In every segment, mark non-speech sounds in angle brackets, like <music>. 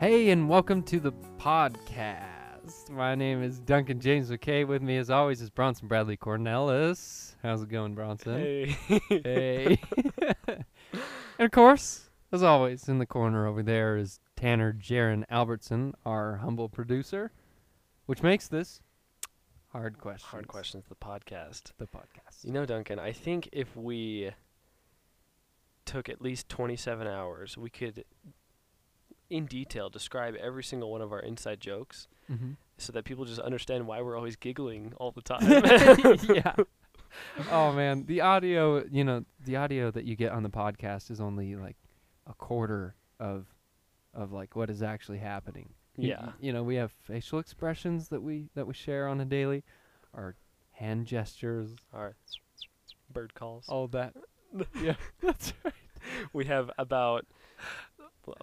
Hey, and welcome to the podcast. My name is Duncan James McKay. With me, as always, is Bronson Bradley Cornelis. How's it going, Bronson? Hey. Hey. <laughs> and of course, as always, in the corner over there is Tanner Jaron Albertson, our humble producer, which makes this hard question. Hard questions. The podcast. The podcast. You know, Duncan. I think if we took at least 27 hours, we could, in detail, describe every single one of our inside jokes, Mhm. so that people just understand why we're always giggling all the time. <laughs> yeah. Oh man, the audio, you know, the audio that you get on the podcast is only like a quarter of of like what is actually happening. You- <laughs> Yeah. You know, we have facial expressions that we that we share on a daily, our hand gestures, Our bird calls. all that. yeah. That's right. We have about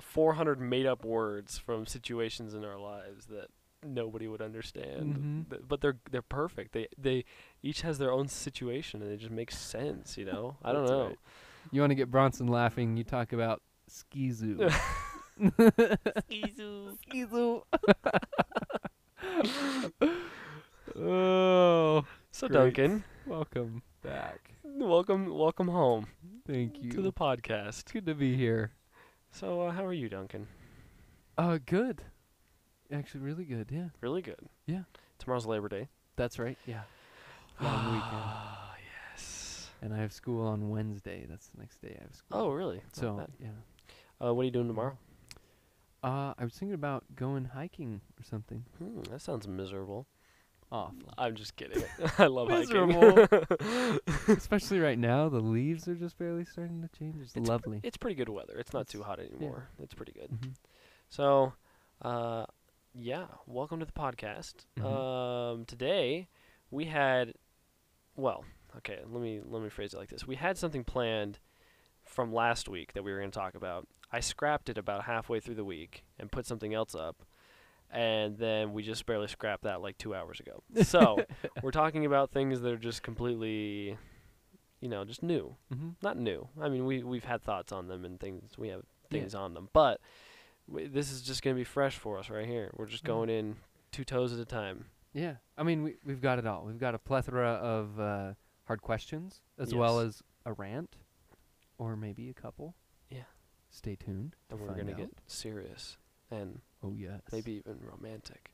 400 made-up words from situations in our lives that nobody would understand, Mhm. Th- but they're they're perfect. They they each has their own situation and it just makes sense. You know, I don't That's know. right. You want to get Bronson laughing, you talk about skizoo. <laughs> skizoo. oh, So Great. Duncan, welcome back. welcome welcome home Thank you. to the It's podcast. good to be here. So uh, how are you, Duncan? Uh, good. Actually, really good. Yeah, Really good. Yeah. Tomorrow's Labor Day. that's right. Yeah. Long weekend, Ah, yes. and I have school on Wednesday. That's the next day I have school. Oh, really? Not so bad. yeah. uh, what are you doing tomorrow? Uh, I was thinking about going hiking or something. Hmm, that sounds miserable. Awful. I'm just <laughs> kidding. I love hiking. <laughs> Miserable. Especially right now, the leaves are just barely starting to change. It's, It's pr- lovely. It's pretty good weather. It's Mm-hmm. not too It's- hot anymore. It's pretty good. Mhm. So, uh, yeah, welcome to the podcast. Mhm. Um, today we had, well, okay, let me let me phrase it like this: we had something planned from last week that we were going to talk about. I scrapped it about halfway through the week and put something else up, and then we just barely scrapped that like two hours ago. So <laughs> we're talking about things that are just completely, you know, just new Mhm. not new. I mean, we we've had thoughts on them and things. We have Yeah. things on them, but w- this is just gonna be fresh for us right here. We're just Mhm. going in two toes at a time. Yeah, I mean we we've got it all. We've got a plethora of uh, hard questions as well Yes. as a rant, or maybe a couple. Yeah. Stay tuned. to And we're find gonna out. get serious and Oh yes. maybe even romantic.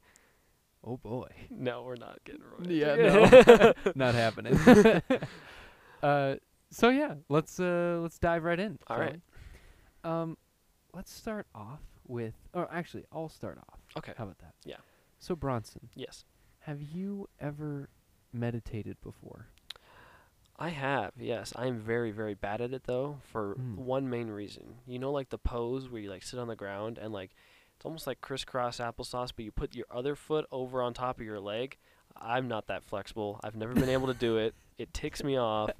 Oh boy. No, we're not getting romantic. <laughs> Yeah. <laughs> No. Not happening. uh, so yeah, let's uh, let's dive right in. All shall right. we? Um, let's start off with, or actually, I'll start off. okay. How about that? Yeah. So Bronson, Yes, have you ever meditated before? I have. Yes, I am very very bad at it though for Mm. one main reason. You know, like the pose where you like sit on the ground and like. It's almost like crisscross applesauce, but you put your other foot over on top of your leg. I'm not that flexible. I've never been able to <laughs> do it. It ticks me off.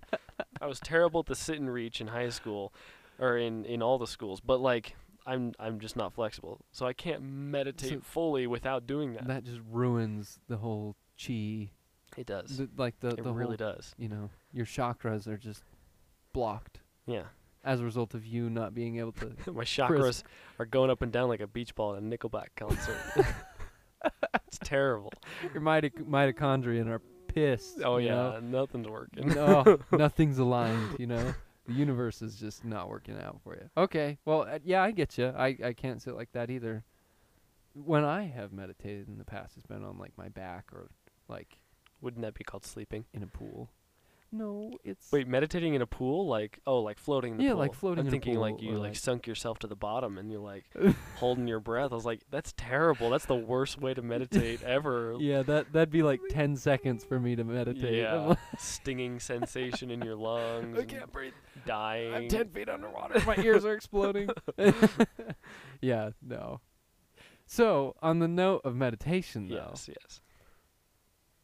I was terrible at the sit and reach in high school, or in, in all the schools. But like, I'm I'm just not flexible, so I can't meditate So- fully without doing that. That just ruins the whole chi, it does. the, like the it the really whole, does. you know, your chakras are just blocked Yeah, as a result of you not being able to my chakras are going up and down like a beach ball at a Nickelback <laughs> concert. <laughs> it's terrible. your mitoc- mitochondria and are pissed. Oh you yeah, know? nothing's working. no, <laughs> nothing's aligned. You know, the universe is just not working out for you. Okay, well, uh, yeah, I get you. I I can't sit like that either. When I have meditated in the past, it's been on like my back or like Wouldn't that be called sleeping? in a pool. No, it's Wait, meditating in a pool, like oh, like floating in the Yeah, pool. like floating I'm in a thinking like pool you or, like, like- sunk yourself to the bottom and <laughs> you're like holding your breath. I was like, that's terrible. That's the worst <laughs> way to meditate ever. Yeah, that that'd be like ten seconds for me to meditate. I'm Yeah, <laughs> like, stinging sensation in your lungs. I and can't breathe. Dying. I'm ten feet underwater. My ears are <laughs> exploding. <laughs> yeah, no. So on the note of meditation, though, Yes, yes.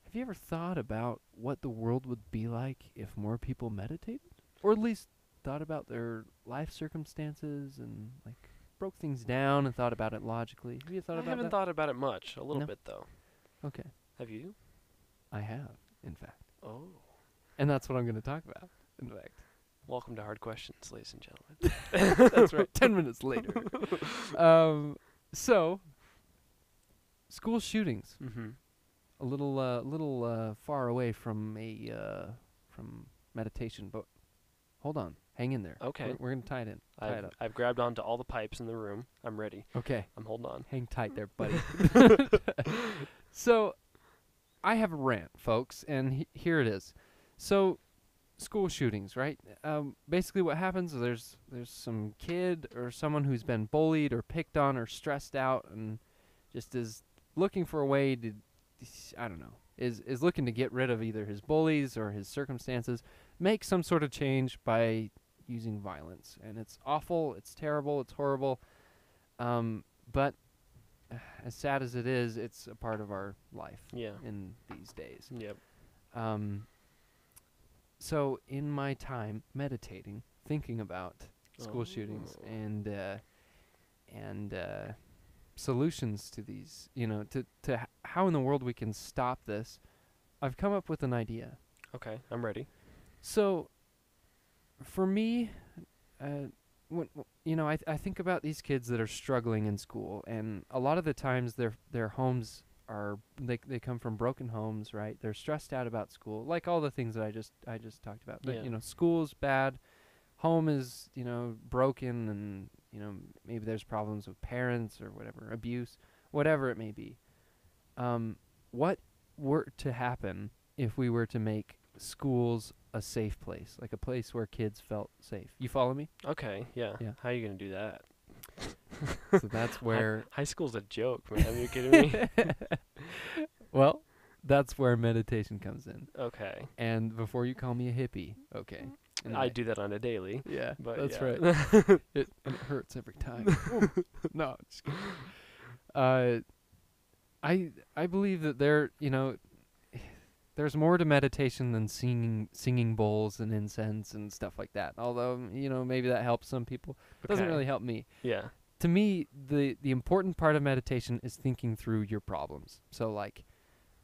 Have you ever thought about what the world would be like if more people meditated? Or at least thought about their life circumstances and like broke things down and thought about it logically. Have you thought I about haven't that? thought about it much. A little No. bit though. okay, Have you? I have, in fact, Oh. and that's what I'm going to talk about. In fact, <laughs> Welcome to Hard Questions, ladies and gentlemen. <laughs> That's right. Ten minutes <laughs> later. Um, so, school shootings. mm-hmm. A little, uh, little uh, far away from a uh, from meditation, but hold on, hang in there. Okay. we're, we're gonna tie it in. Tie it I've, up. I've grabbed onto all the pipes in the room. I'm ready. Okay, I'm holding on. hang tight there, buddy. so, I have a rant, folks, and he- here it is. So, school shootings, right? Um, basically, what happens is there's there's some kid or someone who's been bullied or picked on or stressed out and just is looking for a way to, I don't know, is is looking to get rid of either his bullies or his circumstances, make some sort of change by using violence, and it's awful, it's terrible, it's horrible, um, but <sighs> as sad as it is, it's a part of our life Yeah. in these days. Yep. Um, so in my time meditating, thinking about school shootings Oh. and uh, and uh, solutions to these, you know, to to h- how in the world we can stop this, I've come up with an idea. Okay. I'm ready. So for me, uh, when w- you know, I th- I think about these kids that are struggling in school, and a lot of the times their their homes are they they come from broken homes, right? They're stressed out about school, like all the things that I just I just talked about. That, Yeah. You know, school's bad, home is you know broken, and you know maybe there's problems with parents or whatever abuse, whatever it may be. Um, what were to happen if we were to make schools a safe place, like a place where kids felt safe? You follow <laughs> me? Okay. Yeah. Yeah. How are you gonna do that? so that's where High school's a joke, man. <laughs> Are you kidding me? well that's where meditation comes in okay. and before you call me a hippie okay I anyway. do that on a daily. yeah But that's yeah. right <laughs> it, and it hurts every time Ooh. no just kidding. uh i i believe that there you know there's more to meditation than singing singing bowls and incense and stuff like that although you know maybe that helps some people doesn't Okay. really help me Yeah. to me the the important part of meditation is thinking through your problems so like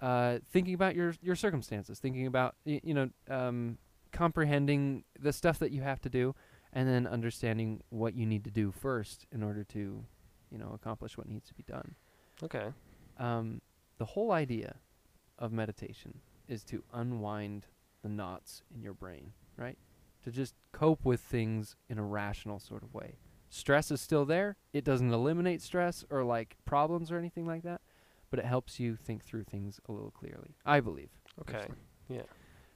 uh, thinking about your your circumstances thinking about y- you know um, comprehending the stuff that you have to do and then understanding what you need to do first in order to you know accomplish what needs to be done Okay. um, the whole idea of meditation is to unwind the knots in your brain, right? To just cope with things in a rational sort of way. Stress is still there. It doesn't eliminate stress or like problems or anything like that, but it helps you think through things a little clearly, I believe. Okay. personally. Yeah.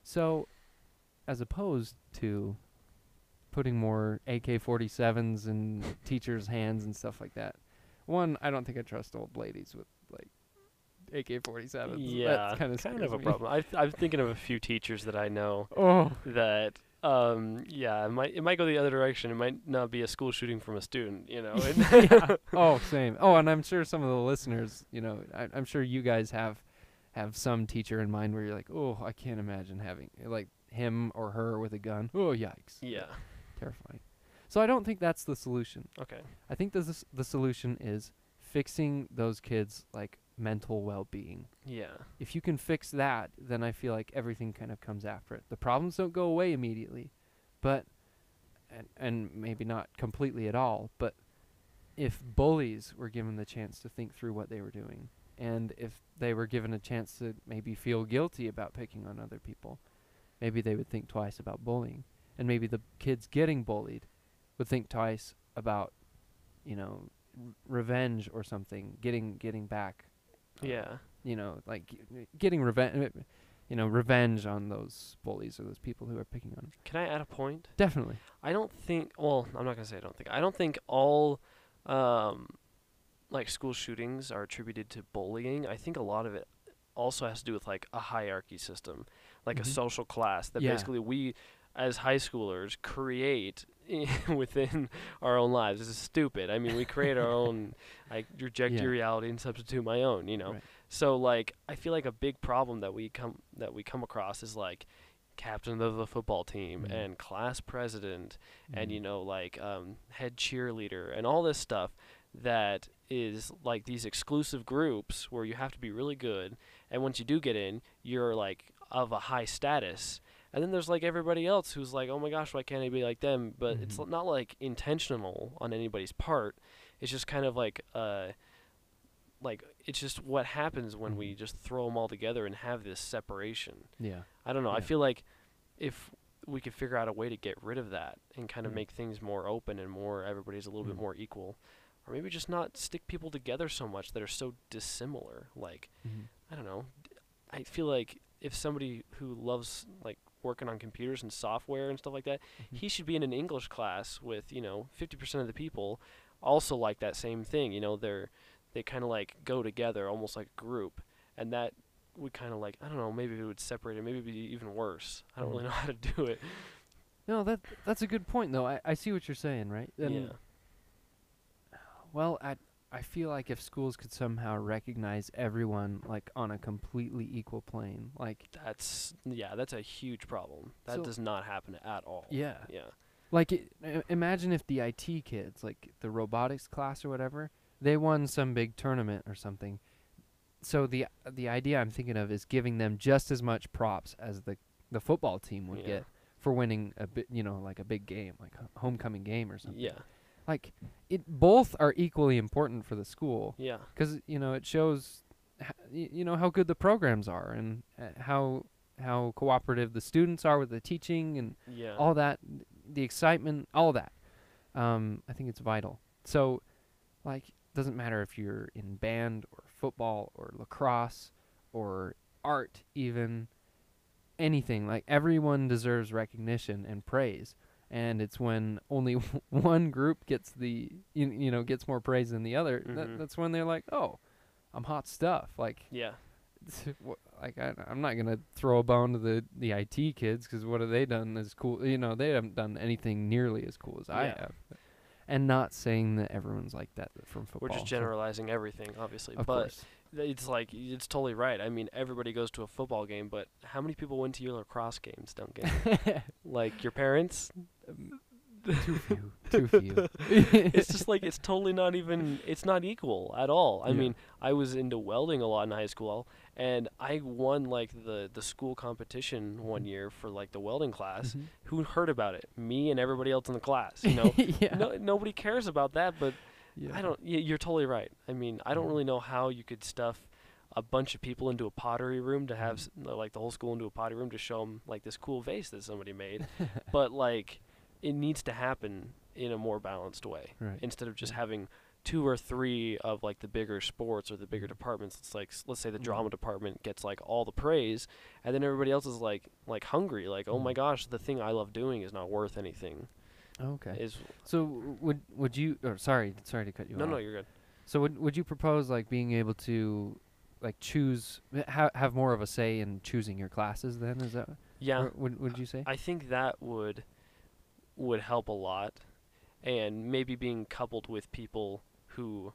So, as opposed to putting more AK 47s <laughs> in teachers' hands and stuff like that, one, I don't think I trust old ladies with like AK 47s. Yeah. That's kind of kind of a problem. I I'm thinking of a few teachers that I know <laughs> Oh, that um yeah it might it might go the other direction. It might not be a school shooting from a student. You know. And- <laughs> yeah. Oh, same. Oh, and I'm sure some of the listeners, you know, I, I'm sure you guys have have some teacher in mind where you're like, oh, I can't imagine having like him or her with a gun. Oh, yikes. <laughs> yeah. Terrifying. So I don't think that's the solution. Okay. I think the s- the solution is fixing those kids like mental well-being. Yeah. If you can fix that, then I feel like everything kind of comes after it. The problems don't go away immediately, but and and maybe not completely at all, but if bullies were given the chance to think through what they were doing and if they were given a chance to maybe feel guilty about picking on other people, maybe they would think twice about bullying. And maybe the kids getting bullied would think twice about you know r- revenge or something getting getting back uh, Yeah. you know like g- getting revenge you know revenge on those bullies or those people who are picking on 'em. Can I add a point? definitely I don't think. Well, I'm not gonna say I don't think. I don't think all, um, like school shootings are attributed to bullying. I think a lot of it also has to do with like a hierarchy system, like Mhm. a social class that Yeah. basically we, as high schoolers, create <laughs> within our own lives. This is stupid. I mean, we create <laughs> our own. I reject Yeah. your reality and substitute my own. You know. Right. So like, I feel like a big problem that we come that we come across is like captain of the football team Mhm. and class president and Mhm. you know like um, head cheerleader and all this stuff that is like these exclusive groups where you have to be really good and once you do get in you're like of a high status and then there's like everybody else who's like oh my gosh why can't i be like them but it's Mhm. not like intentional on anybody's part it's just kind of like uh like it's just what happens when we Mhm. just throw them all together and have this separation Yeah. I don't know. I Yeah. feel like if we could figure out a way to get rid of that and kind of Mm. make things more open and more everybody's a little bit Mm. more equal, or maybe just not stick people together so much that are so dissimilar. Like Mm-hmm. I don't know. D- I feel like if somebody who loves like working on computers and software and stuff like that, Mhm. he should be in an English class with you know 50% of the people also like that same thing. You know, they're they kind of like go together almost like a group, and that would kind of like I don't know. Maybe it would separate it. Maybe it'd be even worse. I don't really Mm-hmm. know <laughs> how to do it. No, that that's a good point though. I, I see what you're saying, right? And yeah. Well, I I feel like if schools could somehow recognize everyone like on a completely equal plane, like That's yeah. That's a huge problem. That So- does not happen at all. yeah, Yeah. like it, i- imagine if the IT kids, like the robotics class or whatever, they won some big tournament or something. So the the idea I'm thinking of is giving them just as much props as the the football team would Yeah. get for winning a bit, you know, like a big game, like a homecoming game or something. Yeah. Like it both are equally important for the school. Yeah. because you know it shows h- y- you know how good the programs are and uh, how how cooperative the students are with the teaching and Yeah. all that the excitement all that um, i think it's vital so like doesn't matter if you're in band or football or lacrosse or art even anything like everyone deserves recognition and praise and it's when only <laughs> one group gets the you, you know gets more praise than the other that, Mhm. that's when they're like oh i'm hot stuff like yeah. <laughs> wh- like I, I'm not gonna throw a bone to the the IT kids because what have they done as cool? You know, they haven't done anything nearly as cool as I Yeah. have. And not saying that everyone's like that from football. We're just so- generalizing everything, obviously. of but course. th- it's like it's totally right. I mean, everybody goes to a football game, but how many people went to your lacrosse games, Duncan? <laughs> like your parents? too few, <laughs> too few. It's just like it's totally not even. It's not equal at all. I Yeah. mean, I was into welding a lot in high school, and I won like the the school competition one year for like the welding class. Mhm. Who heard about it? Me and everybody else in the <laughs> class. You know, yeah. no, nobody cares about that, but yeah. Mm-hmm. I don't. y- You're totally right. I mean, I don't Yeah. really know how you could stuff a bunch of people into a pottery room to have Mm-hmm. s- like the whole school into a pottery room to show them like this cool vase that somebody <laughs> made, but like it needs to happen in a more balanced way Right. instead of just Yeah. having two or three of like the bigger sports or the bigger Mm-hmm. departments. It's like s- let's say the Mhm. drama department gets like all the praise, and then everybody else is like like hungry, like oh my Mhm. gosh, the thing I love doing is not worth anything. okay. Is So w- would would you? Or sorry, sorry to cut you no, off. no, you're good. So would would you propose like being able to like choose ha- have more of a say in choosing your classes then is that Yeah. or would would you say I think that would would help a lot, and maybe being coupled with people who,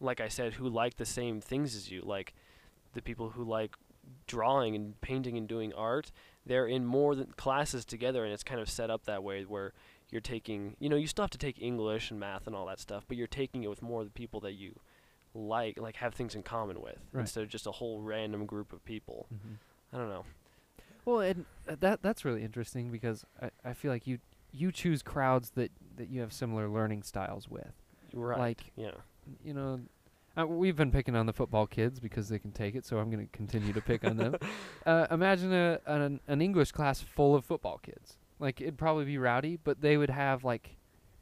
like I said, who like the same things as you, like the people who like drawing and painting and doing art. They're in more than classes together, and it's kind of set up that way where you're taking, you know, you still have to take English and math and all that stuff, but you're taking it with more of the people that you like, like have things in common with, Right. instead of just a whole random group of people. Mhm. I don't know. Well, and uh, that that's really interesting because I, I feel like you you choose crowds that that you have similar learning styles with. Right. Like- yeah. You know, uh, we've been picking on the football kids because they can take it, so I'm going to continue to pick on <laughs> them. Uh, imagine a an, an English class full of football kids. Like it'd probably be rowdy, but they would have like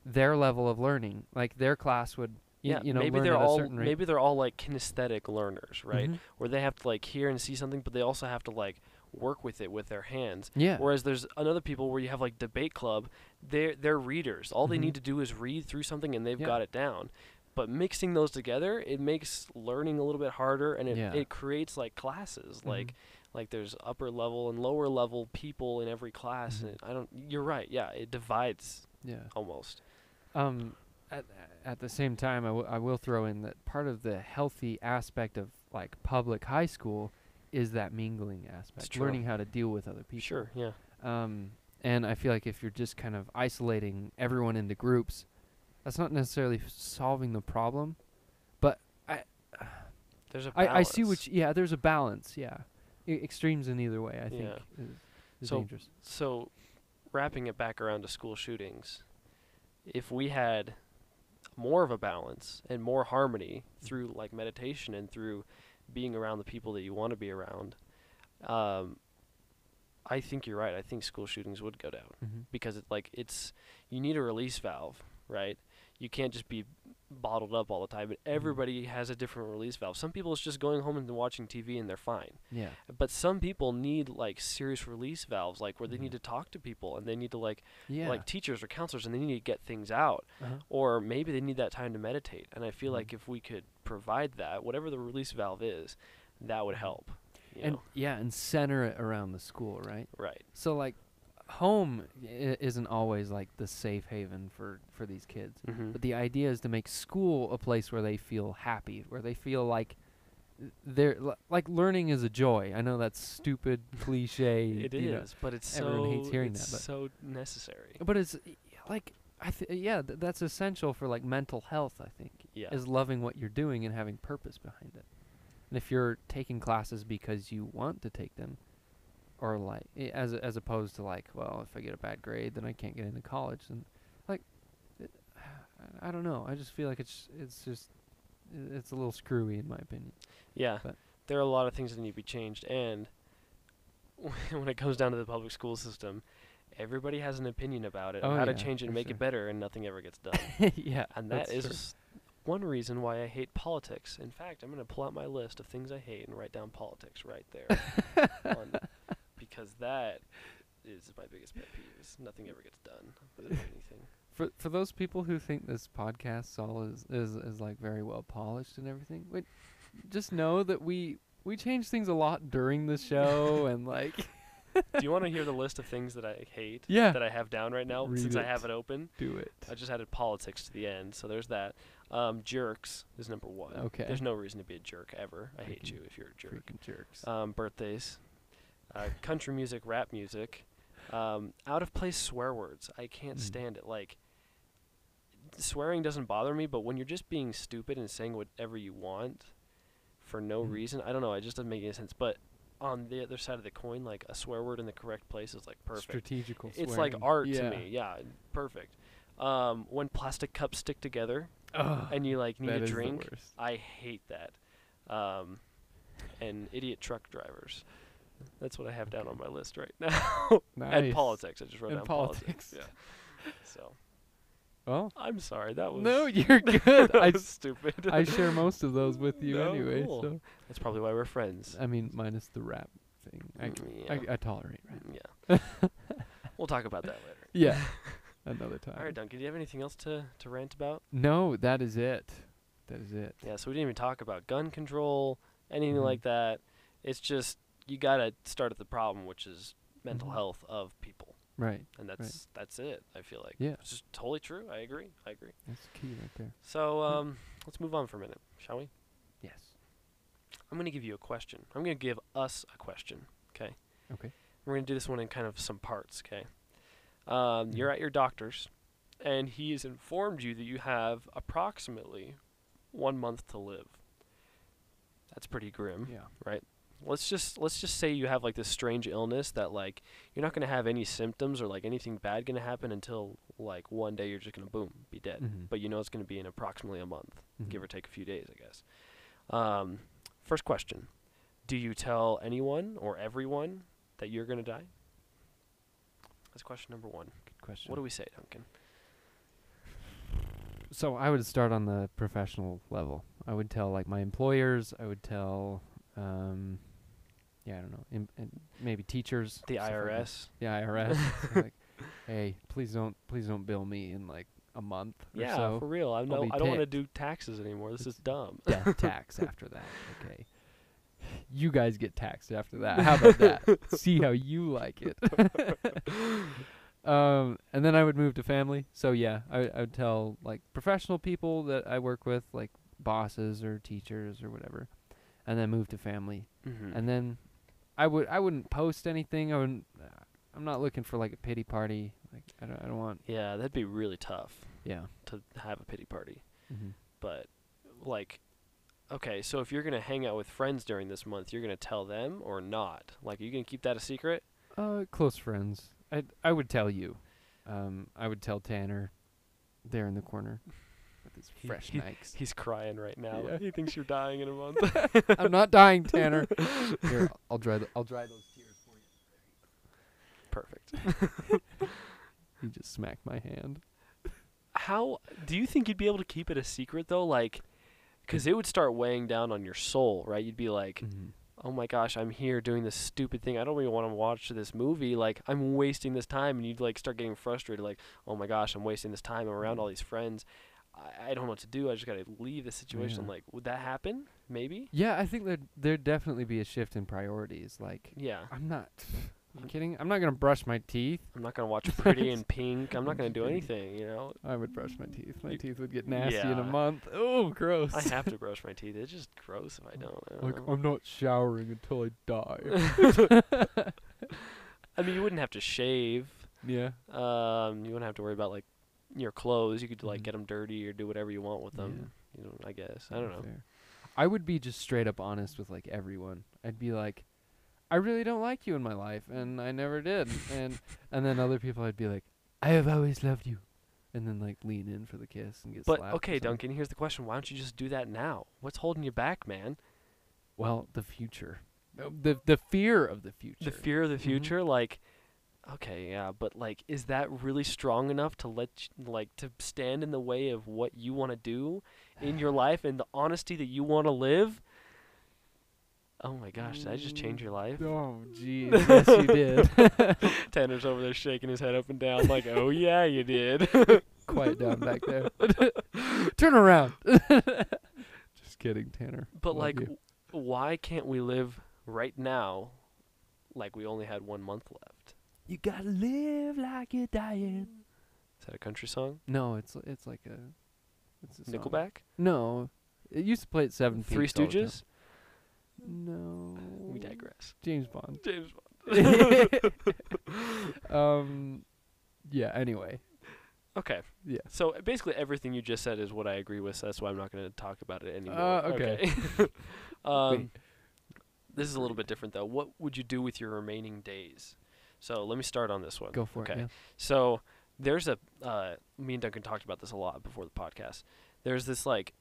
their level of learning. Like their class would, y- you know, maybe learn they're at a all certain rate. maybe they're all like kinesthetic learners, right? Mhm. Where they have to like hear and see something, but they also have to like work with it with their hands. Yeah. Whereas there's another people where you have like debate club, they're they're readers. All they Mhm. need to do is read through something and they've Yeah. got it down. But mixing those together, it makes learning a little bit harder and it, Yeah. Mm-hmm. it creates like classes. Like like there's upper level and lower level people in every class Mhm. and I don't you're right, yeah, it divides yeah. almost. Um, at, at the same time, I, w- I will throw in that part of the healthy aspect of like public high school is that mingling aspect, true. learning how to deal with other people. Sure, yeah. Um, and I feel like if you're just kind of isolating everyone into groups, that's not necessarily f- solving the problem. But I, There's a I, I see balance. which. Yeah, there's a balance. Yeah, I- extremes in either way. I think Yeah. is, is So- dangerous. So, wrapping it back around to school shootings, if we had more of a balance and more harmony through like meditation and through being around the people that you want to be around, um, I think you're right. I think school shootings would go down hmm because it like it's you need a release valve, right? You can't just be bottled up all the time. But everybody has a different release valve. Some people it's just going home and watching TV and they're fine Yeah. but some people need like serious release valves like where they need Mhm. to talk to people and they need to like Yeah. like teachers or counselors and they need to get things out uh-huh. or maybe they need that time to meditate and i feel Mhm. like if we could provide that whatever the release valve is that would help you Mm-hmm. and know? yeah, and center it around the school, right? right So like, home I- isn't always like the safe haven for for these kids. mm-hmm. But the idea is to make school a place where they feel happy, where they feel like they're li- like learning is a joy. I know that's <laughs> stupid cliche. it is you know, but it's everyone so hates hearing it's that, but- so necessary but it's y- like I th- yeah, th- that's essential for like mental health. I think yeah is loving what you're doing and having purpose behind it. And if you're taking classes because you want to take them, or like i- as as opposed to like, well, if I get a bad grade, then I can't get into college, and like, it, I don't know. I just feel like it's it's just i- it's a little screwy in my opinion. <laughs> yeah but- there are a lot of things that need to be changed and <laughs> when it comes down to the public school system everybody has an opinion about it on Oh, how to yeah, change it and for make sure. it better and nothing ever gets done yeah, And that's that is true. one reason why I hate politics. In fact, I'm going to pull out my list of things I hate and write down politics right there. <laughs> on, because that is my biggest pet peeve. is Nothing ever gets done with anything. for for those people who think this podcast all is is, is like very well polished and everything, wait, just know that we we change things a lot during the show <laughs> and like Do you want to hear the list of things that I hate <laughs> Yeah. that I have down right now Read since I it. have it open? do it. I just added politics to the end, so there's that. Um, jerks is number one. Okay. There's no reason to be a jerk ever. I hate Freaking- you if you're a jerk. Freaking jerks. um, birthdays, uh, country music, rap music, um, out of place swear words. I can't Mm. stand it. Like, swearing doesn't bother me, but when you're just being stupid and saying whatever you want for no Mm. reason, I don't know. It just doesn't make any sense. But on the other side of the coin, like a swear word in the correct place is like perfect. Strategical. it's like art yeah. to me. Yeah, perfect. Um, when plastic cups stick together <laughs> Ugh, and you like need that a is the drink, worst. I hate that. Um, and idiot truck drivers. That's what I have down on my list right now. <laughs> Nice. And politics. I just wrote And down politics. politics. Yeah. So <laughs> Well, I'm sorry. That was <laughs> no, you're good. that I, was <laughs> stupid. I share most of those with you No, anyway. cool. So That's probably why we're friends. I mean, minus the rap thing. I, Mm, I, I tolerate rap. yeah. <laughs> Yeah. we'll talk about that later. <laughs> Yeah. Another time. All right, Duncan. Do you have anything else to to rant about? No, that is it. That is it. Yeah. So we didn't even talk about gun control, anything Mhm. like that. It's just you gotta start at the problem, which is mental Mhm. health of people. Right. and that's that's it. I feel like Yeah. it's just totally true. I agree. I agree. That's key right there. So um, let's move on for a minute, shall we? Yes. I'm gonna give you a question. I'm gonna give us a question. Okay. Okay. We're gonna do this one in kind of some parts. Okay. Um, you're Mhm. at your doctor's, and he has informed you that you have approximately one month to live. That's pretty grim. Yeah. let's just let's just say you have like this strange illness that like you're not gonna have any symptoms or like anything bad gonna happen until like one day you're just gonna boom be dead. Mhm. But you know it's gonna be in approximately a month, Mhm. give or take a few days, I guess. Um, first question: Do you tell anyone or everyone that you're gonna die? That's question number one. Good question. Mm-hmm. What do we say, Duncan? so I would start on the professional level. I would tell like my employers. I would tell, um, yeah, I don't know, im- and maybe teachers. The stuff like that. IRS. yeah, IRS. So, like, <laughs> hey, please don't, please don't bill me in like a month or Yeah, so. for real. I no, be I don't want to ticked. do taxes anymore. This is It's- dumb. Death tax after that. Okay, you guys get taxed after that. How about that? See how you like it. <laughs> um, and then I would move to family. So yeah, I, I would tell like professional people that I work with, like bosses or teachers or whatever, and then move to family. Mhm. And then I would I wouldn't post anything. I wouldn't. I'm not looking for like a pity party. Like I don't I don't want. Yeah, that'd be really tough Yeah. to have a pity party. Mm-hmm. But like okay, so if you're going to hang out with friends during this month, you're going to tell them or not? Like are you going to keep that a secret? Uh, close friends. I I would tell you. Um, I would tell Tanner, there in the corner, with his He- fresh he- <laughs> Nikes. He's crying right now. Yeah. He thinks you're dying in a month. I'm not dying, Tanner. <laughs> Here, I'll dry. The, I'll dry those tears for you. Perfect. He just smacked my hand. How do you think you'd be able to keep it a secret though? Like cuz it would start weighing down on your soul, right? You'd be like, "Oh my gosh, I'm here doing this stupid thing. I don't even want to watch this movie. Like I'm wasting this time." And you'd like start getting frustrated like, "Oh my gosh, I'm wasting this time. I'm around all these friends. I, I don't know what to do. I just got to leave the situation." Yeah. Like, would that happen? Maybe? Yeah, I think there there'd definitely be a shift in priorities. Like <laughs> Yeah. I'm not. You kidding? I'm not gonna brush my teeth. I'm not going to watch Pretty in Pink. I'm not going to do anything, you know. I would brush my teeth. My Mm. You- teeth would get nasty in a Yeah. month. Oh, gross. I have to brush my teeth. It's just gross if I don't. I don't like know. I'm not showering until I <laughs> die. <laughs> I mean, you wouldn't have to shave. yeah. Um, you wouldn't have to worry about like your clothes. You could like Mhm. get them dirty or do whatever you want with them. You know, I guess. I don't know. Fair. I would be just straight up honest with like everyone. I'd be like, I really don't like you in my life, and I never did. and and then other people, I'd be like, I have always loved you, and then like lean in for the kiss and get But slapped or okay, something. Duncan. Here's the question: Why don't you just do that now? What's holding you back, man? Well, the future, Uh, the the fear of the future. <laughs> The fear of the Mhm. future, like. Okay, yeah, but like, is that really strong enough to let you, like to stand in the way of what you want to do in your life and the honesty that you want to live? Oh my gosh, did I just change your life? Oh, geez. yes, you did. <laughs> Tanner's over there shaking his head up and down, like, "Oh yeah, you did." <laughs> Quiet down back there. Turn around. <laughs> Just kidding, Tanner. But Love like, you. w- why can't we live right now, like we only had one month left? you gotta live like you're dying. Is that a country song? No, it's it's like a it's a song. Nickelback, No, it used to play at seven. Three Peaks all the time. Stooges. <laughs> No, We digress. <laughs> James Bond. James Bond. um, yeah. Anyway, Okay. Yeah. So basically, everything you just said is what I agree with. So that's why I'm not going to talk about it anymore. Uh, okay. <laughs> okay. <laughs> um, this is a little bit different though. What would you do with your remaining days? So let me start on this one. go for okay. it. So there's a uh, me and Duncan talked about this a lot before the podcast. There's this like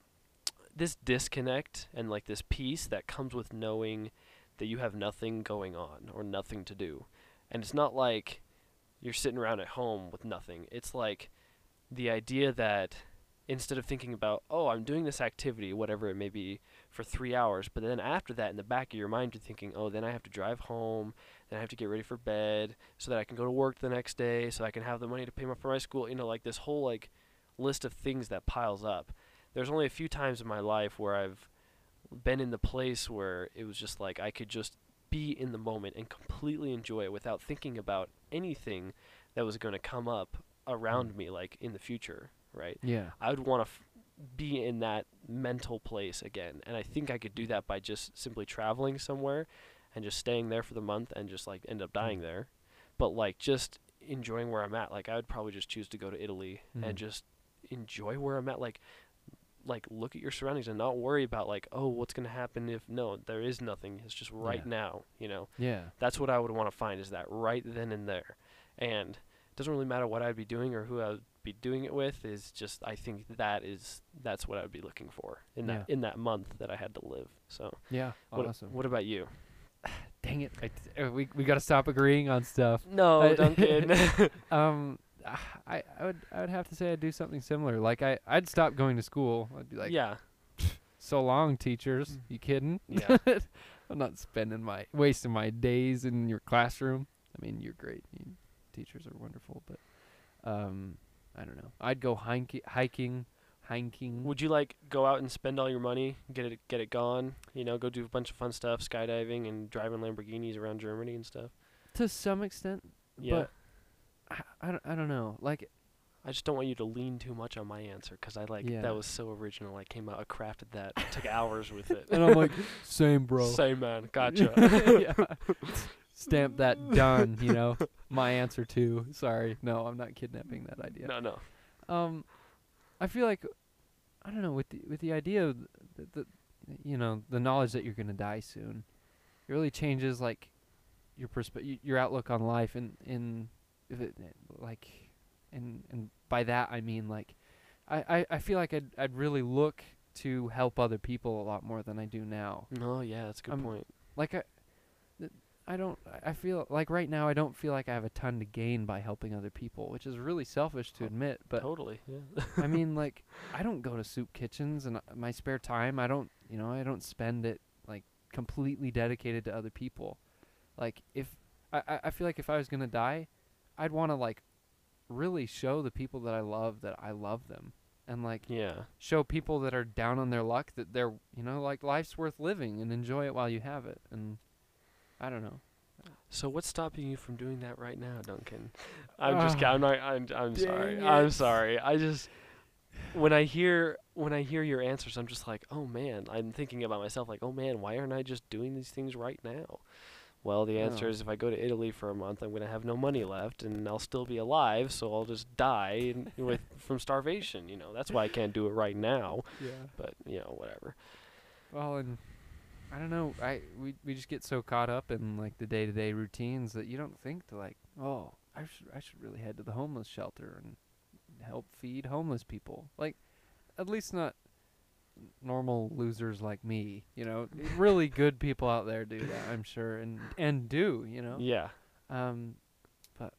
this disconnect and like this peace that comes with knowing that you have nothing going on or nothing to do. And it's not like you're sitting around at home with nothing. It's like the idea that instead of thinking about, oh, I'm doing this activity, whatever it may be, for three hours, but then after that, in the back of your mind, you're thinking, oh, then I have to drive home, then I have to get ready for bed, so that I can go to work the next day, so I can have the money to pay my for my school. You know, like this whole like list of things that piles up. There's only a few times in my life where I've been in the place where it was just like I could just be in the moment and completely enjoy it without thinking about anything that was going to come up around me like in the future, right? Yeah. Yeah. I would want to f- be in that mental place again. And I think I could do that by just simply traveling somewhere and just staying there for the month and just like end up dying there. But like just enjoying where I'm at. Like I would probably just choose to go to Italy Mhm. and just enjoy where I'm at. Like like look at your surroundings and not worry about like oh what's going to happen if no there is nothing it's just right Yeah. now you know Yeah. that's what I would want to find is that right then and there. And it doesn't really matter what I'd be doing or who I'd be doing it with is just I think that is that's what I'd be looking for in that in that month that I had to live. So Yeah. what, Awesome. what about you? <laughs> Dang it! I t- uh, we we gotta stop agreeing on stuff. No, I- <laughs> Duncan. <laughs> Um, I I would I would have to say I'd do something similar. Like I I'd stop going to school. I'd be like, yeah. so long, teachers. You kidding? Mm. Yeah. <laughs> I'm not spending my wasting my days in your classroom. I mean, you're great. You, teachers are wonderful, but um, I don't know. I'd go hiking, hiking, hiking. Would you like go out and spend all your money, get it get it gone, you know, go do a bunch of fun stuff, skydiving and driving Lamborghinis around Germany and stuff? to some extent, Yeah. but <laughs> I, I don't, I don't know. Like I just don't want you to lean too much on my answer because I like Yeah. that was so original. I came out, I crafted that, I took hours with <laughs> it. And I'm like, same, bro. <laughs> Same man, gotcha. Yeah. <laughs> Stamp that done, you know. My answer too. Sorry. No, I'm not kidnapping that idea. No, no. Um I feel like I don't know with the with the idea of the, the you know, the knowledge that you're going to die soon. It really changes like your persp- your outlook on life and in if it like and and by that I mean like I, I, I feel like I'd I'd really look to help other people a lot more than I do now No, Oh, yeah, that's a good Um, point. like I, th- I don't. I- I feel like right now I don't feel like I have a ton to gain by helping other people, which is really selfish to Oh, admit. But totally, yeah. I mean, like I don't go to soup kitchens, and uh, my spare time I don't. You know, I don't spend it like completely dedicated to other people. Like if I, I- I feel like if I was gonna die, I'd want to like really show the people that I love that I love them, and like <laughs> yeah. show people that are down on their luck that they're you know like life's worth living and enjoy it while you have it and i don't know So what's stopping you from doing that right now, Duncan? I'm just. ki- Ah, I'm not. I'm. I'm sorry. dang I'm it. sorry. I just. <sighs> When I hear when I hear your answers, I'm just like, oh man. I'm thinking about myself, like, oh man, why aren't I just doing these things right now? Well, the answer Oh. is if I go to Italy for a month, I'm gonna have no money left, and I'll still be alive, so I'll just die <laughs> in- with from starvation. You know, that's why I can't do it right now. yeah But you know, whatever. well and i don't know i we, we just get so caught up in like the day-to-day routines that you don't think to like oh i should i should really head to the homeless shelter and help feed homeless people like at least not normal losers like me you <laughs> know really good people out there do that i'm sure and and do you know Yeah, um but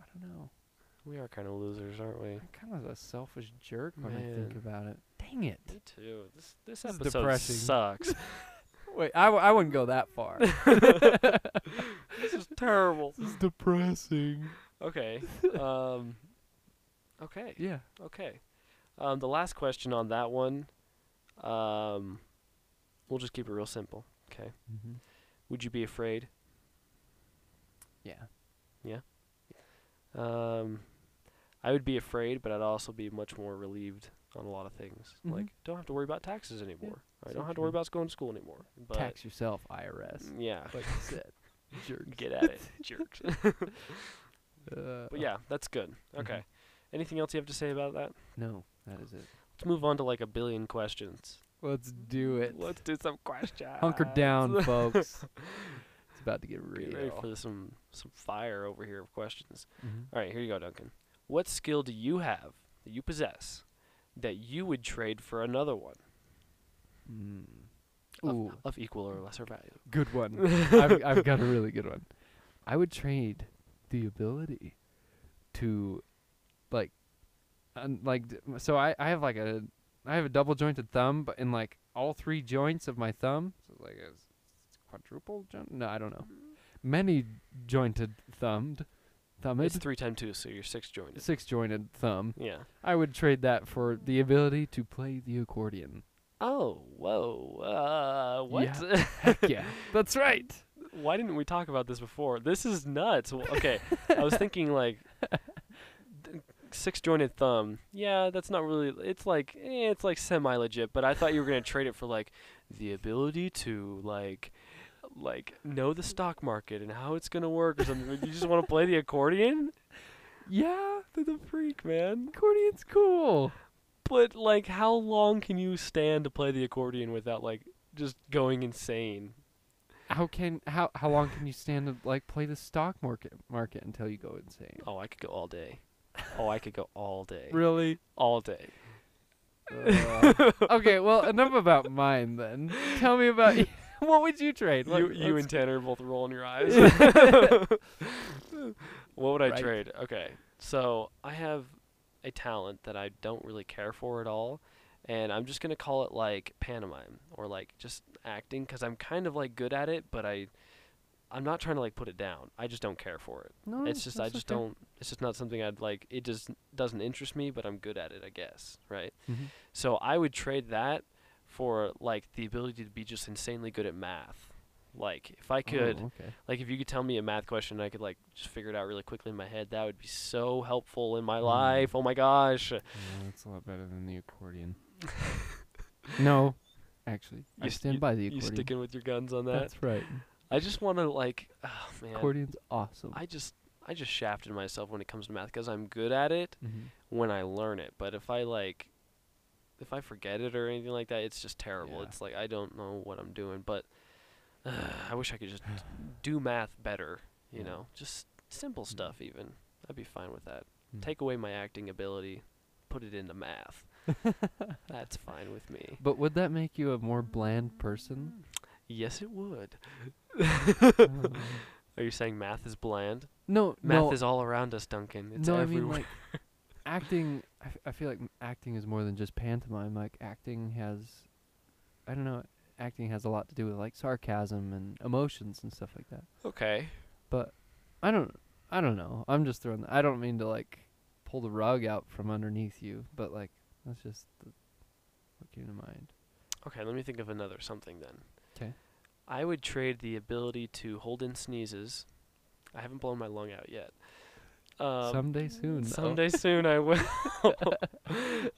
i don't know we are kind of losers, aren't we? I'm kind of a selfish jerk when I think Man. about it. Dang it. Me too. This this This is episode depressing. <laughs> sucks. <laughs> Wait, I, w- I wouldn't go that far. this is terrible. is depressing. <laughs> Okay. Um, okay. <laughs> Yeah. Okay. Um, the last question on that one, um, we'll just keep it real simple. Okay. Mm-hmm. Would you be afraid? Yeah. Um, I would be afraid, but I'd also be much more relieved on a lot of things. Mhm. Like, don't have to worry about taxes anymore. I so don't have to worry true. about going to school anymore. But Tax yourself, IRS. Yeah. Like I <laughs> said, jerk. Get at it, <laughs> jerks. Uh, But yeah, that's good. Mm-hmm. Okay. Anything else you have to say about that? No, that is it. Let's move on to like a billion questions. Let's do it. Let's do some questions. Hunker <laughs> down, folks. It's about to get real. Ah. Get ready for some some fire over here of questions. Mhm. All right, here you go, Duncan. What skill do you have that you possess that you would trade for another one Mm. of, Ooh, of equal or lesser value? good one. <laughs> I've, I've got a really good one. I would trade the ability to like un- like d- so I, I have like a I have a double jointed thumb but in like all three joints of my thumb so it's like a s- quadruple joint no I don't know Mm-hmm. many jointed thumbed It's thumbed three times two, so you're six jointed. six jointed thumb Yeah. I would trade that for the ability to play the <laughs> accordion Oh, whoa. Uh, what? Yeah. heck yeah that's right Why didn't we talk about this before? This is nuts. Well, okay, I was thinking like th- six jointed thumb. Yeah, that's not really. It's like eh, it's like semi legit. But I thought you were gonna trade it for like the ability to like like know the stock market and how it's gonna work or something. Like, you just want to play the accordion? yeah To the freak, man. accordion's cool But like, how long can you stand to play the accordion without like just going insane? How can how how long can you stand to like play the stock market market until you go insane? Oh, I could go all day. Oh, I could go all day. Really? <laughs> All day. Uh, okay, well enough about mine then. Tell me about y- <laughs> what would you trade? Let- you, you let's- and Tanner are both rolling <laughs> your eyes. <laughs> what would I Right. trade? Okay, so I have a talent that I don't really care for at all, and I'm just gonna call it like pantomime or like just acting because I'm kind of like good at it, but I, I'm not trying to like put it down. I just don't care for it. No, it's just I Mm, that's just okay. Oh, don't. It's just not something I'd like. It just doesn't interest me, but I'm good at it, I guess. Right. Mhm. So I would trade that for like the ability to be just insanely good at math. Like if I could, Oh, okay. like if you could tell me a math question, and I could like just figure it out really quickly in my head. That would be so helpful in my Mm. life. Oh my gosh. Yeah, that's a lot better than the <laughs> accordion. no, actually, I You s- stand by the You accordion. sticking with your guns on that? <laughs> That's right. I just want to like, oh man. Accordion's awesome. I just I just shafted myself when it comes to math because I'm good at it Mhm. when I learn it, but if I like if I forget it or anything like that, it's just terrible. Yeah. It's like I don't know what I'm doing, but <sighs> I wish I <sighs> could just do math better, you Yeah. know. Just simple stuff even. I'd be fine with that. Mm. Take away my acting ability, put it into math. <laughs> That's fine with me. But would that make you a more bland person? Yes, it would. <laughs> I don't know. Are you saying math is bland? no, Math no, is all around us, Duncan. It's no. I everywhere. mean, like acting. I, f- I feel like m- acting is more than just pantomime. Like acting has, I don't know, acting has a lot to do with like sarcasm and emotions and stuff like that. okay. But I don't, I don't know. I'm just throwing. I don't mean to like pull the rug out from underneath you, but like that's just the, what came to mind. Okay, let me think of another something then. 'Kay. I would trade the ability to hold in sneezes. I haven't blown my lung out yet. Um, <laughs> someday soon. though. someday soon <laughs> I will. <laughs>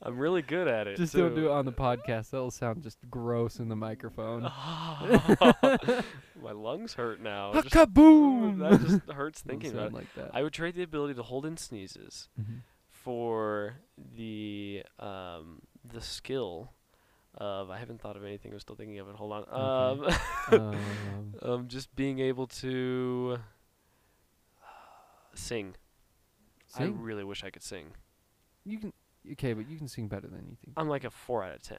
I'm really good at it. Just don't do it <laughs> on the podcast. That'll sound just gross in the microphone. Oh, it. <laughs> my lungs hurt now. Just- That Hakaboom! just <laughs> <laughs> hurts It'll thinking about sound it. like that. I would trade the ability to hold in sneezes Mm-hmm. for the um, the skill of I haven't thought of anything. I'm still thinking of it. Hold on. Okay. Um, um, um, just being able to uh, sing. sing. <laughs> I really wish I could sing. you can. Okay, but you can sing better than you think. I'm like a four out of ten.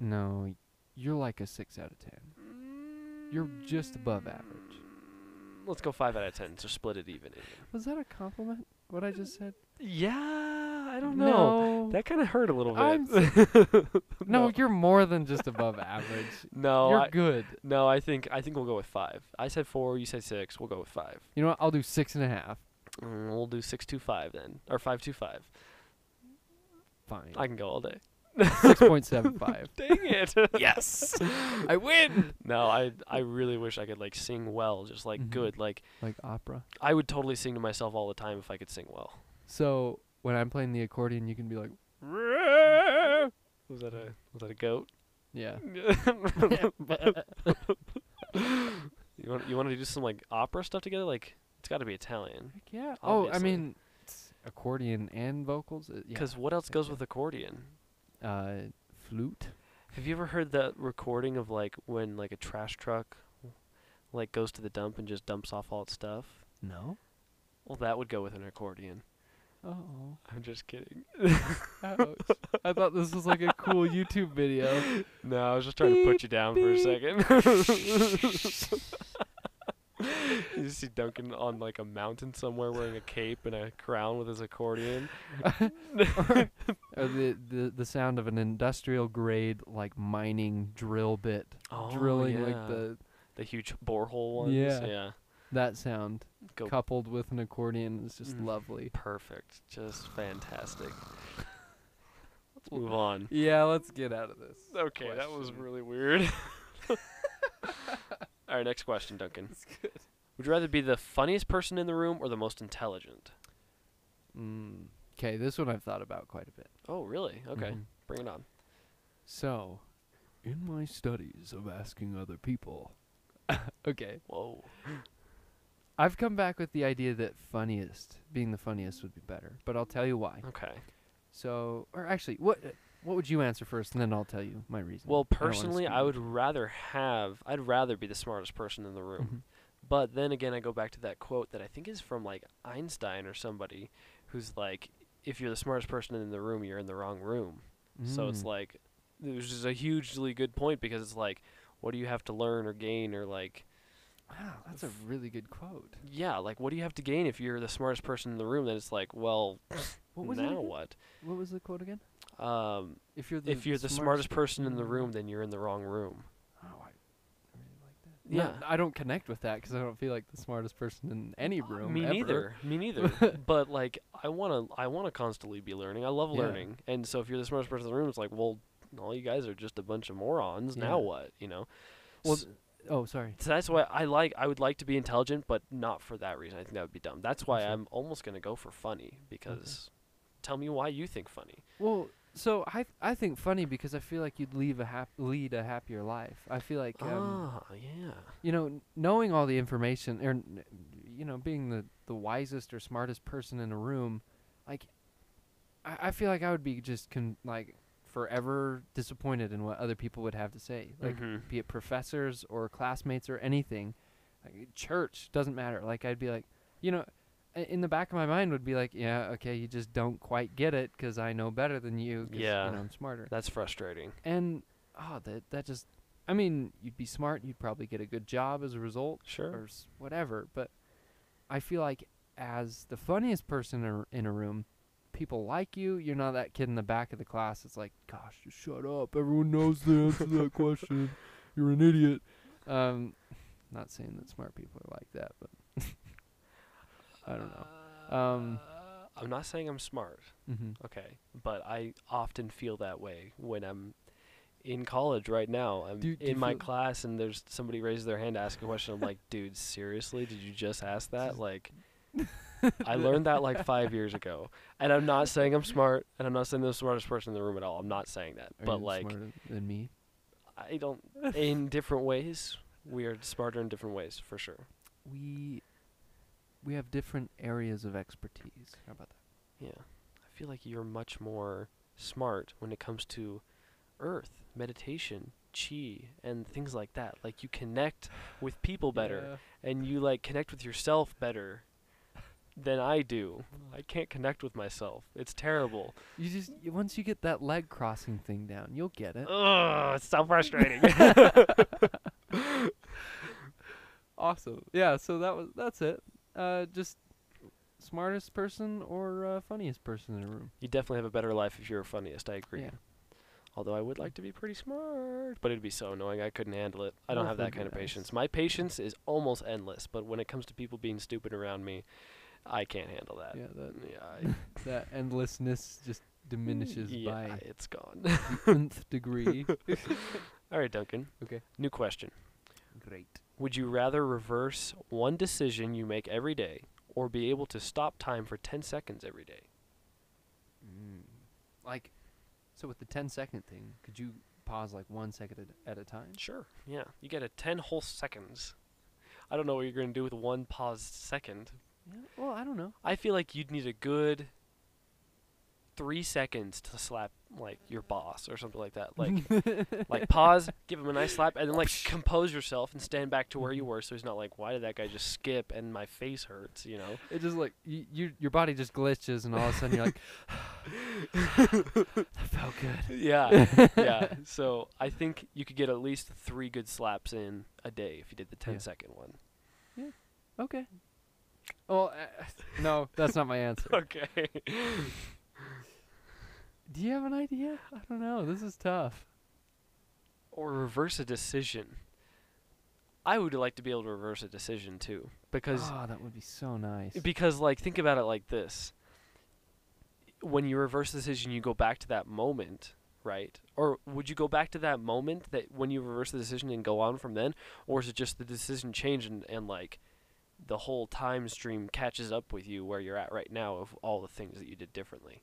No, you're like a six out of ten. You're just above average. Mm, Let's go five out of ten. So split it even. even. Was that a compliment? What I just said? Yeah, I don't know. No, That kind of hurt a little bit. <laughs> I'm <laughs> no, no. you're more than just above average. <laughs> no, you're I, good. no. I think I think we'll go with five. I said four. You said six. We'll go with five. You know what? I'll do six and a half. Mm, we'll do six two five then, or five two five. Fine. I can go all day. six point seven <laughs> five. Dang it. Yes, <laughs> <laughs> I win. No, I I really wish I could like sing well, just like Mhm. good. Like Like opera. I would totally sing to myself all the time if I could sing well. So when I'm playing the accordion, you can be like, Was that a was that a goat? yeah. You want you want to do some like opera stuff together? Like it's got to be Italian. Heck yeah. Oh, I Obviously. mean, it's accordion and vocals. uh, yeah. Because what else heck goes yeah. with accordion? uh, flute. Have you ever heard that recording of like when like a trash truck like goes to the dump and just dumps off all its stuff? No. Well, that would go with an accordion. Oh. I'm just kidding. <laughs> Ouch. I thought this was like a <laughs> cool YouTube video. No, I was just trying to put you down for <laughs> a second. you just see Duncan on like a mountain somewhere wearing a cape and a crown with his accordion. Or the, the the sound of an industrial grade like mining drill bit Oh, drilling yeah. like the The huge borehole ones. Yeah. yeah. that sound Go- coupled with an accordion is just Mm. lovely. Perfect. Just fantastic. Let's move on. <laughs> Yeah, let's get out of this. Okay, that was question. really weird. <laughs> All right, next question, Duncan. Would you rather be the funniest person in the room or the most intelligent? Mm. Okay, this one I've thought about quite a bit. Oh, really? Okay, Mhm. bring it on. So, in my studies of asking other people, <laughs> okay, Whoa. I've come back with the idea that funniest, being the funniest, would be better. But I'll tell you why. Okay. So, or actually, what uh, what would you answer first, and then I'll tell you my reason. Well, I don't wanna personally, speak I up. would rather have, I'd rather be the smartest person in the Mhm. room. But then again, I go back to that quote that I think is from like Einstein or somebody who's like, if you're the smartest person in the room, you're in the wrong room. So it's Mm. like, it was just a hugely good point because it's like, what do you have to learn or gain or like, wow, that's a really good quote. yeah, like what do you have to gain if you're the smartest person in the room? Then it's like, well, What was it now again? what? What was the quote again? Um, If you're the Mm. if you're the smartest person in the room, then you're in the wrong room. Oh, I really like that. No, I don't connect with that because I don't feel like the smartest person in any room. Me ever. neither. <laughs> Me neither. but like, I wanna, I wanna constantly be learning. I love Yeah. learning, and so if you're the smartest person in the room, it's like, well, all you guys are just a bunch of morons. Now Yeah. what? You know. Well, S- th- Oh, sorry. So that's why I like I would like to be intelligent, but not for that reason. I think that would be dumb. That's why Sure. I'm almost gonna go for funny because tell me why you think funny. Well, so I th- I think funny because I feel like you'd leave a hap- lead a happier life. I feel like um, Ah, yeah. you know n- knowing all the information or n- you know being the the wisest or smartest person in a room, like I, I feel like I would be just con- like forever disappointed in what other people would have to say. Like Mhm. be it professors or classmates or anything, like church doesn't matter. Like I'd be like, you know, i- in the back of my mind would be like, yeah, okay, you just don't quite get it because I know better than you. 'cause, Yeah. you know, I'm smarter. That's frustrating. And oh, that that just, I mean, you'd be smart. You'd probably get a good job as a result, or Sure. s- whatever. But I feel like as the funniest person ar- in a room. People like you. You're not that kid in the back of the class. It's like, gosh, just shut up. Everyone knows the answer to <laughs> that question. You're an idiot. Um, not saying that smart people are like that, but <laughs> I don't Uh, know. Um, I'm not saying I'm smart, hmm okay, but I often feel that way when I'm in college right now. I'm Do- do you in my feel- class and there's somebody raises their hand to ask a question. I'm like, dude, seriously? Did you <laughs> just ask that? Like, I learned that like five years ago, and I'm not saying I'm smart, and I'm not saying I'm the smartest person in the room at all. I'm not saying that, Are but you like, smarter than me? I <laughs> don't. In different ways, we are smarter in different ways for sure. We we have different areas of expertise. How about that? Yeah. I feel like you're much more smart when it comes to earth, meditation, chi, and things like that. Like you connect with people better and you like connect with yourself better than I do. I can't connect with myself. It's terrible. You just y- once you get that leg crossing thing down, you'll get it. Ugh, it's so frustrating. Awesome. Yeah. So that was that's it. Uh, just smartest person or uh, funniest person in a room. you definitely have a better life if you're funniest, I agree. Yeah. Although I would like to be pretty smart, but it'd be so annoying. I couldn't handle it. I don't Well, have that'd that be kind of nice. patience. My patience is almost endless, but when it comes to people being stupid around me, I can't handle that. Yeah. That <laughs> Yeah, that endlessness just diminishes <laughs> yeah, by it's gone. <laughs> the nth degree. All right, Duncan. Okay. New question. Great. Would you rather reverse one decision you make every day or be able to stop time for 10 seconds every day? Mm. Like, so with the 10 second thing, could you pause like one second at, at a time? Sure. Yeah. You get a 10 whole seconds. I don't know what you're going to do with one paused second, Yeah, well, I don't know. I feel like you'd need a good three seconds to slap like your boss or something like that. <laughs> Like, like pause, give him a nice slap, and then like compose yourself and stand back to where you were, so he's not like, why did that guy just skip and my face hurts, you know? It just like you, you your body just glitches, and all of a sudden you're like, <sighs> that felt good. Yeah, <laughs> yeah. So I think you could get at least three good slaps in a day if you did the Yeah. ten second one. Okay. Well, uh, no, that's not my answer. Okay. Do you have an idea? I don't know. This is tough. or reverse a decision. I would like to be able to reverse a decision too, because Oh, that would be so nice. Because like think about it like this. When you reverse the decision, you go back to that moment, right? Or would you go back to that moment that when you reverse the decision and go on from then? Or is it just the decision change and, and like the whole time stream catches up with you where you're at right now of all the things that you did differently?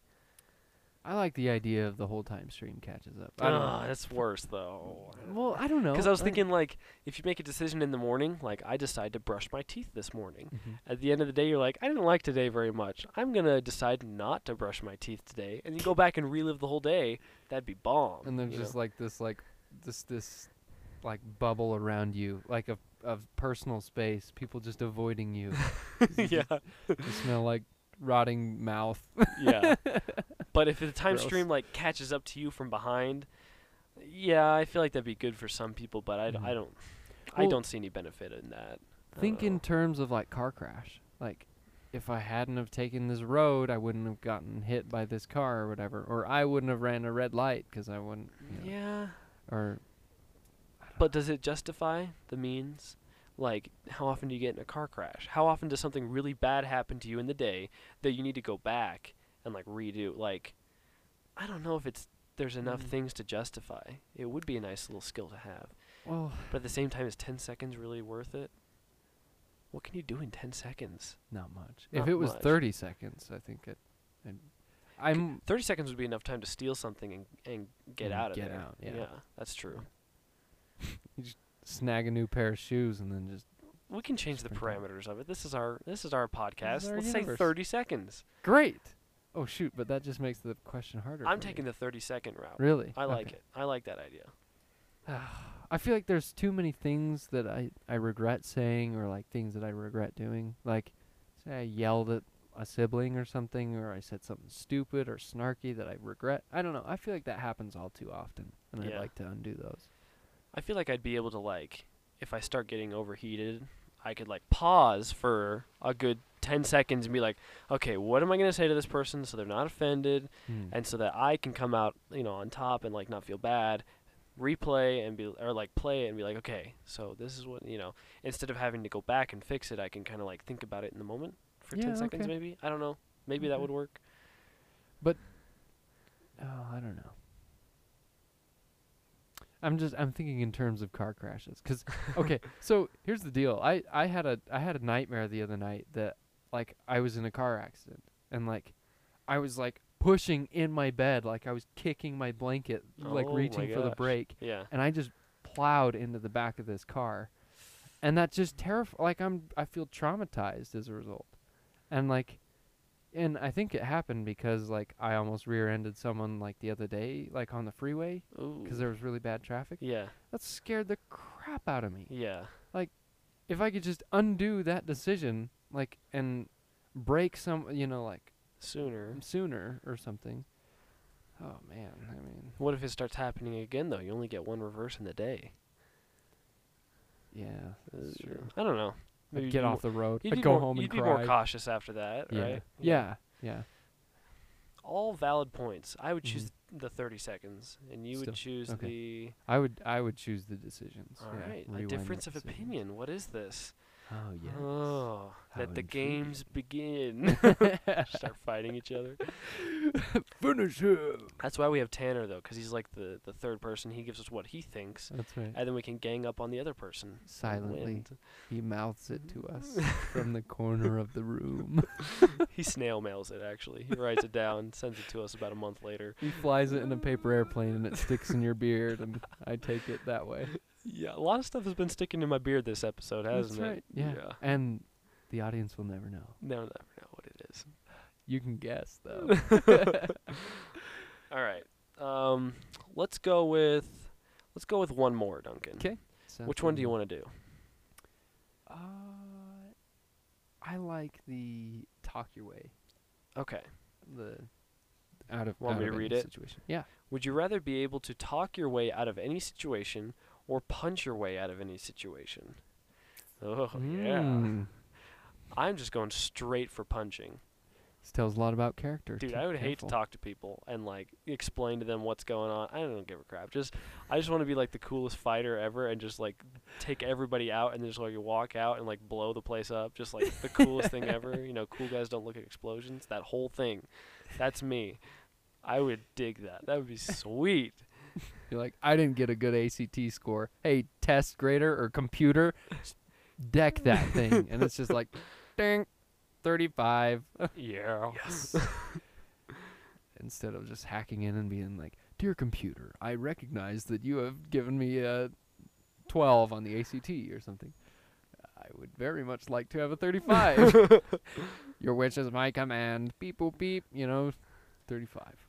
I like the idea of the whole time stream catches up. I don't Ugh, know. Ah, that's worse though. Well, I don't know. Because I was thinking like if you make a decision in the morning, like I decide to brush my teeth this morning. Mhm. At the end of the day, you're like, I didn't like today very much. I'm going to decide not to brush my teeth today. And you go back and relive the whole day. That'd be bomb. and there's you just know? like this like this this like bubble around you like of of personal space people just avoiding <laughs> you yeah. you smell like rotting mouth Yeah. <laughs> but if the time Gross. stream like catches up to you from behind, yeah, I feel like that'd be good for some people, but I, d- I Mhm. don't. I Well- don't see any benefit in that. I don't think in know. terms of like car crash like if i hadn't have taken this road i wouldn't have gotten hit by this car or whatever or i wouldn't have ran a red light because i wouldn't you know, yeah. or But does it justify the means? Like, how often do you get in a car crash? How often does something really bad happen to you in the day that you need to go back and like redo? Like, I don't know if it's there's enough Mm. things to justify. It would be a nice little skill to have. Well, But at the same time, is 10 seconds really worth it? What can you do in 10 seconds? not much. if Not it was much. 30 seconds, I think it. And I'm 30 seconds would be enough time to steal something and, and get And out of get there. out, yeah. that's true. snag a new pair of shoes and then just We can change the Sprint out. parameters of it. This is our this is our podcast. our Let's say universe. 30 seconds. great. Oh shoot! But that just makes the question harder. I'm for me. taking the 30 second route. Really, I like Okay. it. I like that idea. <sighs> I feel like there's too many things that I I regret saying or like things that I regret doing. Like, say I yelled at a sibling or something, or I said something stupid or snarky that I regret. I don't know. I feel like that happens all too often, and I'd Yeah. like to undo those. I feel like I'd be able to like if I start getting overheated, I could like pause for a good 10 seconds and be like, "Okay, what am I going to say to this person so they're not offended and so that I can come out, you know, on top and like not feel bad?" Replay and be or like play it and be like, "Okay, so this is what, you know, instead of having to go back and fix it, I can kind of like think about it in the moment for Yeah, 10 seconds okay. maybe. I don't know. Maybe that Okay. would work. Oh, I don't know. I'm just I'm thinking in terms of car crashes <laughs> cuz okay, so here's the deal. I I had a I had a nightmare the other night that like I was in a car accident and like I was like pushing in my bed like I was kicking my blanket like Oh my reaching for the gosh. brake Yeah. and I just plowed into the back of this car. And that just terrif like I'm I feel traumatized as a result. And like and I think it happened because like I almost rear-ended someone like the other day like on the freeway Ooh. because there was really bad traffic. Yeah. That scared the crap out of me. Yeah. If I could just undo that decision like and break some you know like Sooner. sooner or something. Oh man, I mean, What if it starts happening again though? You only get one reverse in the day. yeah, that's Uh, true. I don't know. I'd you'd get be off mo- the road. you'd I'd be go more- home You'd and be cry. more cautious after that, yeah. right? Yeah. Yeah. All valid points. I would choose the 30 seconds, and you Mm-hmm. Still, would choose okay. I would I would choose the decisions. the. All yeah, right. A rewind the difference of decisions. opinion. What is this? Oh yes. Oh, How let the games begin. <laughs> <laughs> Start fighting each other. Finish him. That's why we have Tanner though, because he's like the the third person. He gives us what he thinks, That's right. and then we can gang up on the other person. and Silently. win. He mouths it to <laughs> us from the corner of the room. he snail mails it. Actually, he writes it down, <laughs> sends it to us about a month later. he flies it in a paper airplane and it sticks in your beard and I take it that <laughs> way. Yeah, a lot of stuff has been sticking in my beard this episode, hasn't That's right. it? Yeah. And the audience will never know. They'll never know what it is. You can guess though. All right. Um, let's go with let's go with one more, Duncan. 'Kay. <laughs> Which one do you want to do? Uh, I like the talk your way. Okay. the out of Want out me of to read any it? situation. Yeah. Would you rather be able to talk your way out of any situation or punch your way out of any situation? Oh yeah. Mm. I'm just going straight for punching. This tells a lot about character. Dude, too. I would hate to Careful. talk to people and like explain to them what's going on. I don't give a crap. Just I just want to be like the coolest fighter ever and just like take everybody out and just like walk out and like blow the place up. Just like the coolest thing ever. You know, cool guys don't look at explosions. That whole thing. That's me. I would dig that. That <laughs> would be sweet. You're like, I didn't get a good ACT score. Hey, test grader or computer, s- deck that thing, and it's just <laughs> like, ding, thirty-five. Yeah. <laughs> Yes. Instead of just hacking in and being like, dear computer, I recognize that you have given me a twelve on the ACT or something. I would very much like to have a <laughs> thirty-five. Your wish is my command. Beep boop beep. You know, thirty-five.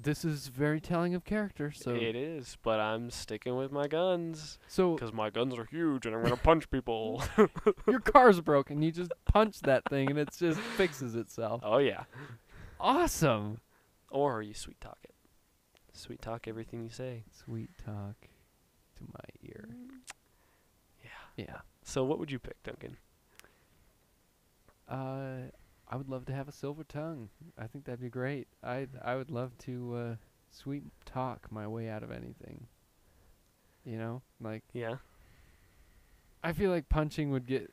This is very telling of character. So it is, but I'm sticking with my guns <laughs> so because my guns are huge and I'm gonna <laughs> punch people. your car's broken. You just punch that thing and it just fixes itself. oh yeah. Awesome. Or you sweet talk it. Sweet talk everything you say. Sweet talk to my ear. Yeah. Yeah. So what would you pick, Duncan? Uh, I would love to have a silver tongue. I think that'd be great. I Mm. I would love to uh, sweet talk my way out of anything. You know, like Yeah. I feel like punching would get.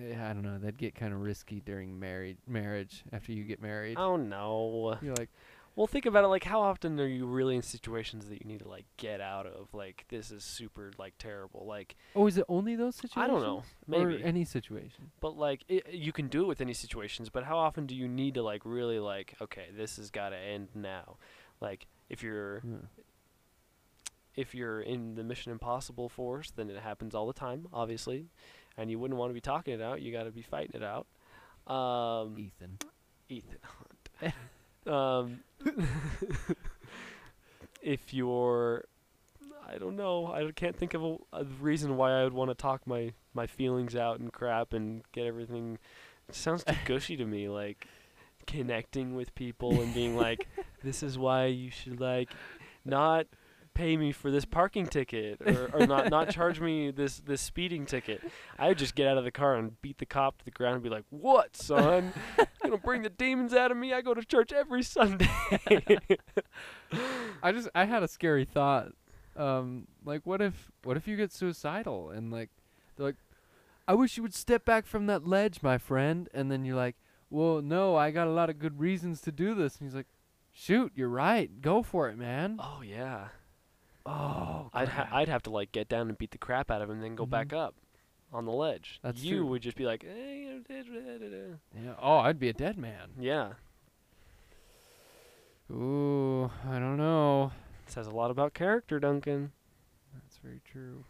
Yeah, I don't know. That'd get kind of risky during married marriage. After you get married, Oh no. you're like, Well, think about it. Like, how often are you really in situations that you need to like get out of? Like, this is super like terrible. Like, Oh, is it only those situations? I don't know, maybe. Or any situation. but like, it, you can do it with any situations. But how often do you need to like really like, okay, this has got to end now? Like, if you're Yeah. if you're in the Mission Impossible force, then it happens all the time, obviously, and you wouldn't want to be talking it out. You got to be fighting it out. Um, Ethan. Ethan Hunt. <laughs> um, if you're, I don't know, I can't think of a, a reason why I would want to talk my my feelings out and crap and get everything. It sounds too gushy to me, like connecting with people and being like, this is why you should like not pay me for this parking ticket or, or not not charge me this this speeding ticket. I would just get out of the car and beat the cop to the ground and be like, "What, son? you gonna bring the demons out of me? I go to church every Sunday." I just I had a scary thought. Um, like what if what if you get suicidal and like they're like, I wish you would step back from that ledge, my friend. And then you're like, Well, no, I got a lot of good reasons to do this. And he's like, Shoot, you're right. Go for it, man. oh yeah, Oh, I'd ha- crap. Mm-hmm. I'd have to like get down and beat the crap out of him, then go back up on the ledge. That's you true. would just be like, "Eh, you know, da- da- da- da- da." yeah. Oh, I'd be a dead man. yeah. Ooh, I don't know. It says a lot about character, Duncan. That's very true.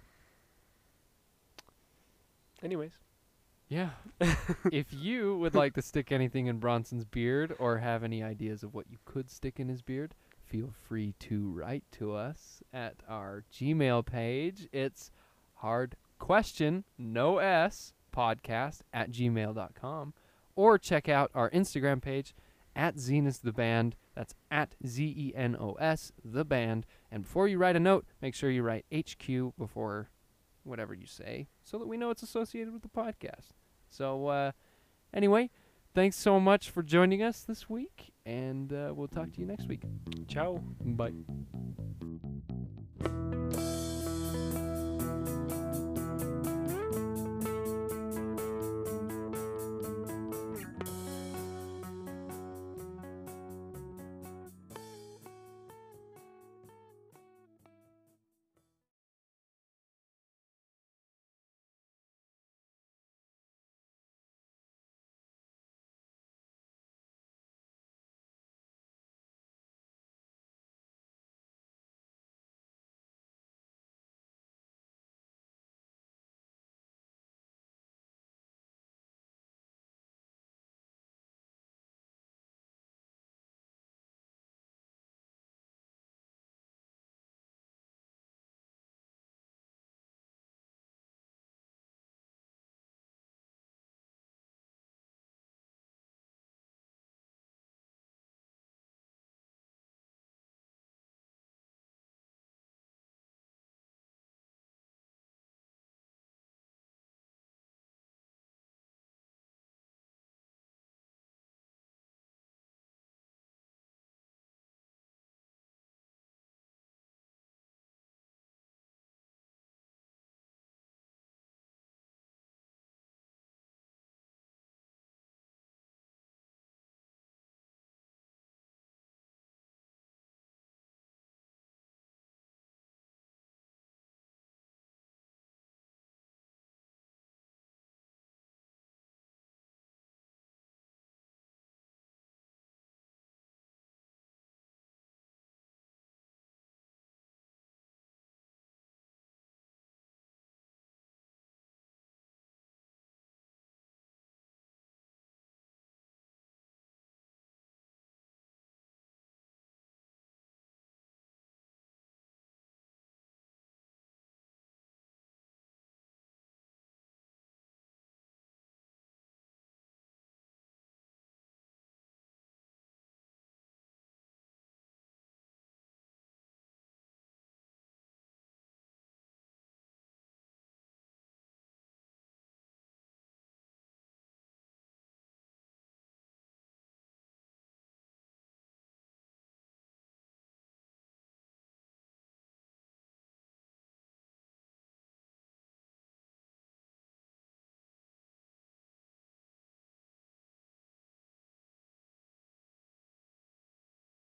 Anyways, Yeah. if you would like to stick anything in Bronson's beard or have any ideas of what you could stick in his beard, feel free to write to us at our Gmail page. It's hard question, no S, podcast at gmail.com. Or check out our Instagram page at Zenos the Band. That's at Z E N O S, the band. And before you write a note, make sure you write HQ before whatever you say so that we know it's associated with the podcast. So, uh, anyway, thanks so much for joining us this week, and uh, we'll talk to you next week. ciao. Bye.